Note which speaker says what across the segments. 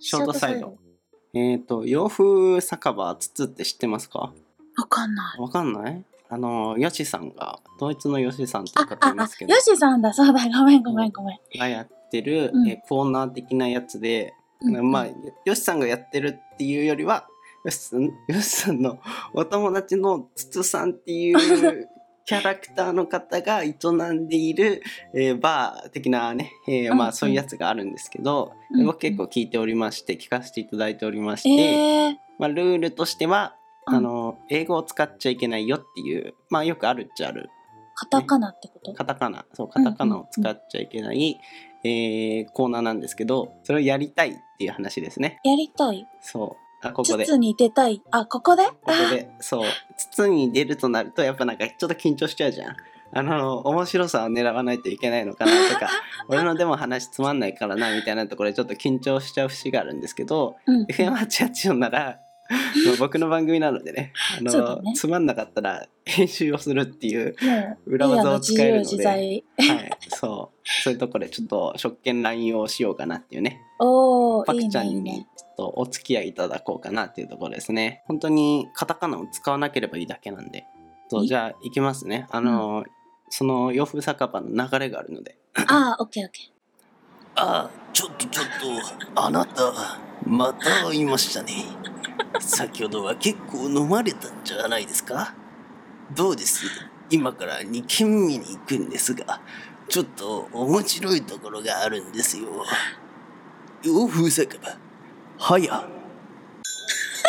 Speaker 1: ショートサイド
Speaker 2: ショート
Speaker 1: えっ、と洋風酒場つつって知ってますか
Speaker 2: わかんない。
Speaker 1: わかんないあのヨシさんがドイツのヨシさんって
Speaker 2: あ
Speaker 1: いう、方
Speaker 2: あ
Speaker 1: い、ま
Speaker 2: あ
Speaker 1: すけ、ど
Speaker 2: ヨシさんだ、そうだ、ごめん、ごめん、ごめん。
Speaker 1: がやってる、
Speaker 2: うん
Speaker 1: えーコーナー的なやつで、
Speaker 2: うんうん
Speaker 1: まあヨシさんがやってるっていうよりはヨシさんヨシさんのお友達のつつさんっていう キャラクターの方が営んでいる、えーバー的なね、えー
Speaker 2: うん
Speaker 1: ま
Speaker 2: うん
Speaker 1: あ、そういうやつがあるんですけど、
Speaker 2: うんうん
Speaker 1: 僕結構聞いておりまして聞かせていただいておりまして、
Speaker 2: えー、
Speaker 1: まあ、ルールとしては
Speaker 2: うん
Speaker 1: あの英語を使っちゃいけないよっていう、まあ、よくあるっちゃある
Speaker 2: カタカナってこと
Speaker 1: カタカナそうカタカナを使っちゃいけない、えーコーナーなんですけどそれをやりたいっていう話ですね
Speaker 2: やりたい。
Speaker 1: そうあここ
Speaker 2: つ
Speaker 1: で
Speaker 2: つに出たい。あ、ここでこ
Speaker 1: ここでそう筒に出るとなるとやっぱなんかちょっと緊張しちゃうじゃんあの面白さを狙わないといけないのかなと か俺のでも話つまんないからなみたいなところでちょっと緊張しちゃう節があるんですけど
Speaker 2: うん。
Speaker 1: FM884 なら まあ僕の番組なのでねあ
Speaker 2: そうだ
Speaker 1: の
Speaker 2: ね
Speaker 1: つまんなかったら編集をするっていう、
Speaker 2: もう、
Speaker 1: 裏技
Speaker 2: いいや
Speaker 1: を使えるので
Speaker 2: 自由自在。
Speaker 1: はい、そうそういうところでちょっと職権乱用しようかなっていう ね
Speaker 2: おー、
Speaker 1: パ
Speaker 2: い
Speaker 1: ク
Speaker 2: い
Speaker 1: ちゃ
Speaker 2: ね、いい
Speaker 1: ん
Speaker 2: ね
Speaker 1: に。ちょっとお付き合いいただこうかなっていうところですね本当にカタカナを使わなければいいだけなんでそう
Speaker 2: い
Speaker 1: じゃあ行きますねあの、その洋風酒場の流れがあるので
Speaker 2: あー、オッケーオッケー。
Speaker 1: ああちょっとちょっとあなたまた会いましたね先ほどは結構飲まれたんじゃないですかどうです今から2軒目に行くんですがちょっと面白いところがあるんですよ洋風酒場はや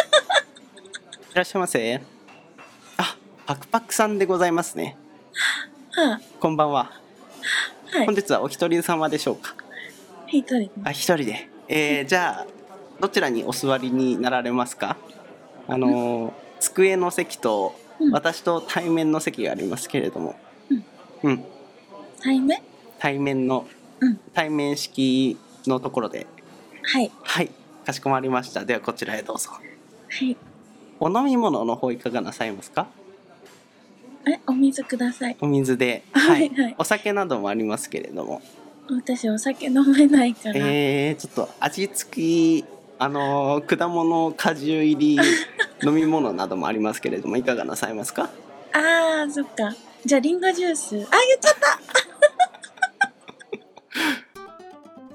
Speaker 1: いらっしゃいませあパクパクさんでございますね
Speaker 2: は
Speaker 1: こんばんは
Speaker 2: あ、はい
Speaker 1: 本。日はお一人様でしょうか
Speaker 2: 一人ね。
Speaker 1: あ一人で、えーじゃあどちらにお座りになられますかあのー机の席と
Speaker 2: うん
Speaker 1: 私と対面の席がありますけれども
Speaker 2: うん、
Speaker 1: うん、
Speaker 2: 対面
Speaker 1: 対面の、
Speaker 2: うん
Speaker 1: 対面式のところで
Speaker 2: はい。
Speaker 1: はいかしこまりましたではこちらへどうぞ
Speaker 2: はい。
Speaker 1: お飲み物の方いかがなさいますか
Speaker 2: え、お水ください。
Speaker 1: お水で、はい
Speaker 2: はいはい
Speaker 1: お酒などもありますけれども
Speaker 2: 私、お酒飲めないから。
Speaker 1: えー、ちょっと味付きあ のー果物果汁入り飲み物などもありますけれどもいかがなさいますか
Speaker 2: あー、そっか。じゃあ、リンゴジュース。あ、言っちゃっ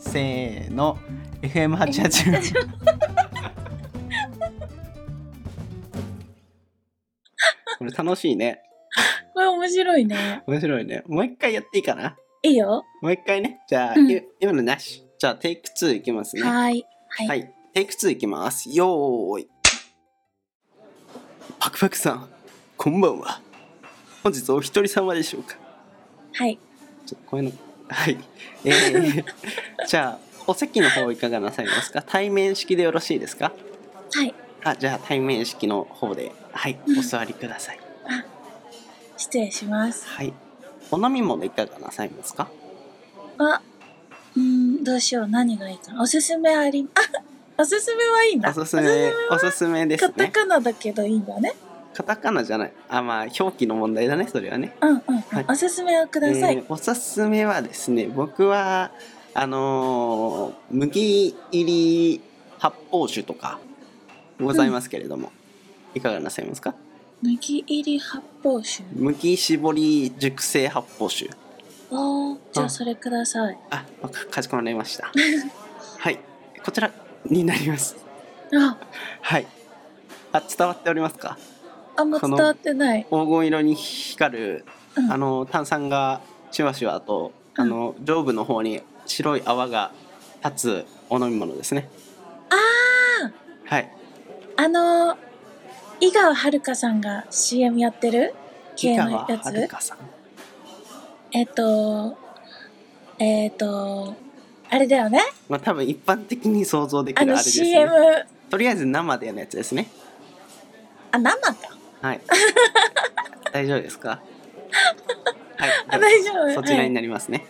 Speaker 2: た
Speaker 1: せーの FM880 これ楽しいね
Speaker 2: これ面白いね。
Speaker 1: 面白いねもう一回やっていいかない
Speaker 2: いよ。
Speaker 1: もう一回ねじゃあ、
Speaker 2: うん
Speaker 1: い今のなしじゃあテイク2いきますね
Speaker 2: はーい。はい。
Speaker 1: はい、テイク2いきます。よーい。パクパクさん、こんばんは。本日お一人様でしょうか。
Speaker 2: はい。
Speaker 1: ちょっとこういうの、はい。えー、 じゃあ、お席の方いかがなさいますか対面式でよろしいですか
Speaker 2: はい。
Speaker 1: あ、じゃあ対面式の方で、はい、お座りください。
Speaker 2: 失礼します。
Speaker 1: はい。お飲み物いかがなさいますか
Speaker 2: あ、うーん、どうしよう。何がいいかな。おすすめあり、あ、おすすめはいいんだ。
Speaker 1: おすすめ、おすすめです
Speaker 2: カタ
Speaker 1: ね。
Speaker 2: カナだけどいいんだね。
Speaker 1: カタカナじゃない。あ、まあ、表記の問題だね、それはね。
Speaker 2: うんうんうん、
Speaker 1: はい
Speaker 2: おすすめをください。
Speaker 1: えーおすすめはですね僕はあのー麦入り発泡酒とかございますけれども、いかがなさいますか
Speaker 2: 麦入り発泡酒。
Speaker 1: 麦絞り熟成発泡酒
Speaker 2: おー、じ
Speaker 1: う
Speaker 2: ゃあ
Speaker 1: ん
Speaker 2: それください。
Speaker 1: あわかかしこまりま したはいこちらになります
Speaker 2: あ、
Speaker 1: はいあ伝わっておりますか
Speaker 2: あんま
Speaker 1: こ
Speaker 2: 伝
Speaker 1: の
Speaker 2: わってない。
Speaker 1: 黄金色に光る、
Speaker 2: うん
Speaker 1: あの炭酸がシュワシュワとあの上部の方に白い泡が立つお飲み物ですね
Speaker 2: あ
Speaker 1: はい
Speaker 2: ー、あのー、井川遥さんが CM やってる系のや
Speaker 1: 井川
Speaker 2: つ。
Speaker 1: 遥さん
Speaker 2: えっ、と、えっ、と、あれだよね。
Speaker 1: まあ多分一般的に想像でき
Speaker 2: あ
Speaker 1: るあ
Speaker 2: の
Speaker 1: れですね
Speaker 2: CM、
Speaker 1: とりあえず生でのやつですね
Speaker 2: あ、生か。
Speaker 1: はい 大丈夫ですかはい
Speaker 2: あ大丈夫
Speaker 1: そちらになりますね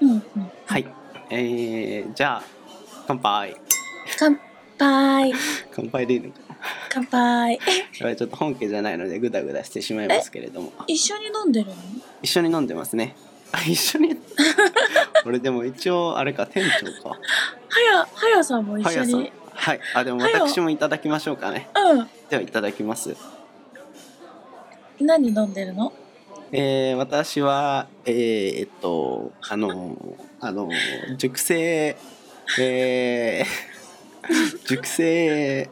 Speaker 2: うんうん。
Speaker 1: はい、えー、じゃあ乾杯
Speaker 2: 乾杯。
Speaker 1: 乾杯でいいのかな
Speaker 2: 乾杯。え、
Speaker 1: これはちょっと本家じゃないのでグダグダしてしまいますけれども
Speaker 2: 一緒に飲んでるの
Speaker 1: 一緒に飲んで ますねあ一緒に俺でも一応あれか店長か
Speaker 2: はやあ、はやさんも一
Speaker 1: は
Speaker 2: 緒
Speaker 1: やさん
Speaker 2: に。
Speaker 1: はいあでも
Speaker 2: はや
Speaker 1: 私もいただきましょうかね
Speaker 2: うん。
Speaker 1: ではいただきます
Speaker 2: 何飲んでるの
Speaker 1: えー、私はえー、えっとあのあの熟成えー、 熟成、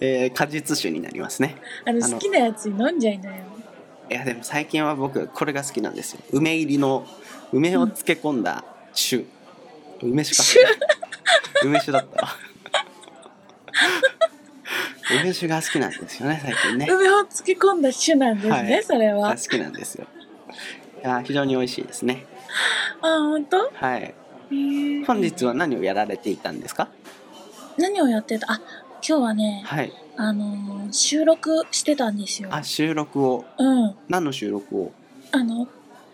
Speaker 1: えー、果実酒になりますね
Speaker 2: あの、
Speaker 1: あの
Speaker 2: 好きなやつ飲んじゃいなよ。
Speaker 1: いやでも最近は僕これが好きなんですよ梅入りの梅を漬け込んだ酒、梅酒か梅酒だったわ梅酒が好きなんですよね最近ね
Speaker 2: 梅を漬け込んだ種なんですね、
Speaker 1: はい
Speaker 2: それは
Speaker 1: が。好きなんですよいや非常に美味しいですね
Speaker 2: あ、本当？
Speaker 1: はい
Speaker 2: へー
Speaker 1: 本日は何をやられていたんですか
Speaker 2: 何をやってたあ、今日はね、
Speaker 1: はい
Speaker 2: あのー収録してたんですよ。
Speaker 1: あ収録を
Speaker 2: うん。
Speaker 1: 何の収録を
Speaker 2: あの、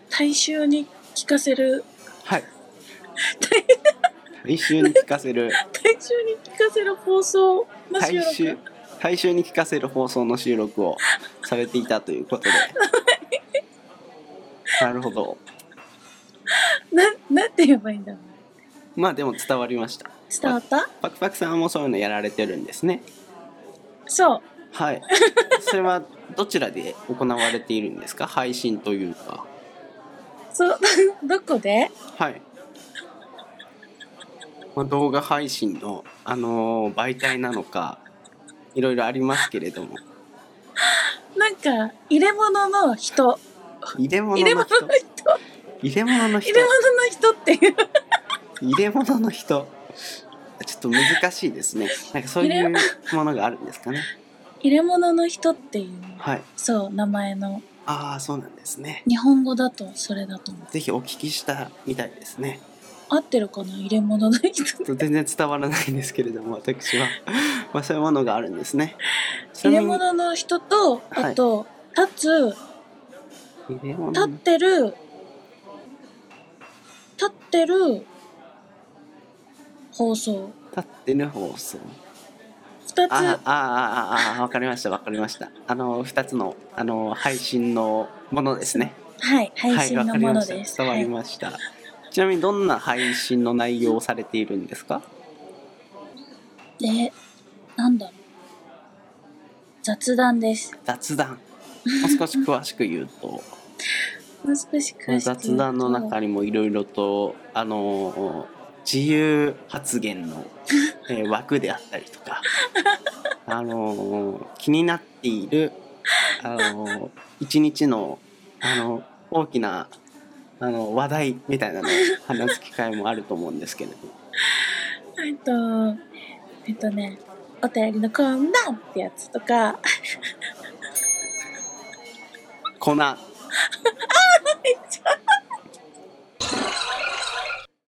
Speaker 2: 大衆に聞かせる、
Speaker 1: はい大衆に聞かせる
Speaker 2: 大衆に聞かせる放送の収
Speaker 1: 大
Speaker 2: 録。
Speaker 1: 衆大衆に聞かせる放送の収録をされていたという ことでなるほど
Speaker 2: な、なんて言えばいいんだろう。
Speaker 1: まあでも伝わりました
Speaker 2: 伝わった
Speaker 1: パクパクさんもそういうのやられてるんですね
Speaker 2: そう。
Speaker 1: はい それはどちらで行われているんですか配信というか
Speaker 2: そう、 どこで
Speaker 1: はい、まあ、動画配信の、あのー媒体なのかいろいろありますけれ ども
Speaker 2: なんか、入れ物の人。
Speaker 1: 入れ物
Speaker 2: 入れ
Speaker 1: の
Speaker 2: 物の
Speaker 1: 人
Speaker 2: 人。
Speaker 1: 入れ物の人
Speaker 2: 入れ物の人っていう。
Speaker 1: 入れ物の人ちょっと難しいですねなんかそういうものがあるんですかね
Speaker 2: 入れ物の人っていう。
Speaker 1: はい
Speaker 2: そう、名前の。
Speaker 1: ああそうなんですね
Speaker 2: 日本語だとそれだと思う。
Speaker 1: ぜひお聞きしたみたいですね
Speaker 2: 合ってるかな入れ物の人。
Speaker 1: ちょっと全然伝わらないんですけれども私はまあそういうものがあるんですねちな
Speaker 2: 入
Speaker 1: み
Speaker 2: れ
Speaker 1: に
Speaker 2: 物の人と、
Speaker 1: はい
Speaker 2: あと、立つ、
Speaker 1: 入れ物
Speaker 2: 立
Speaker 1: の
Speaker 2: ってる、立ってる、放送。
Speaker 1: 立ってる放送
Speaker 2: 二
Speaker 1: あ
Speaker 2: つ、
Speaker 1: ああああわかりましたわかりましたあの二つのあの配信のものですね
Speaker 2: はい、配信
Speaker 1: わ
Speaker 2: の
Speaker 1: かり
Speaker 2: も
Speaker 1: ま
Speaker 2: の
Speaker 1: した
Speaker 2: です。
Speaker 1: 伝わ
Speaker 2: は
Speaker 1: り
Speaker 2: い、
Speaker 1: ました、ちなみにどんな配信の内容をされているんですか
Speaker 2: で、なんだろう。雑談です。
Speaker 1: 雑談もう少し詳しく言うと
Speaker 2: もう少し詳しく
Speaker 1: 雑談の
Speaker 2: 言うと
Speaker 1: 中にもいろいろとあの自由発言の、え ー枠であったりとかあの気になっているあの一日のあの大きなあの話題みたいなのを話す機会もあると思うんですけれども
Speaker 2: えっと、えっとね、お便りのこんなんってやつとか、
Speaker 1: 粉。あ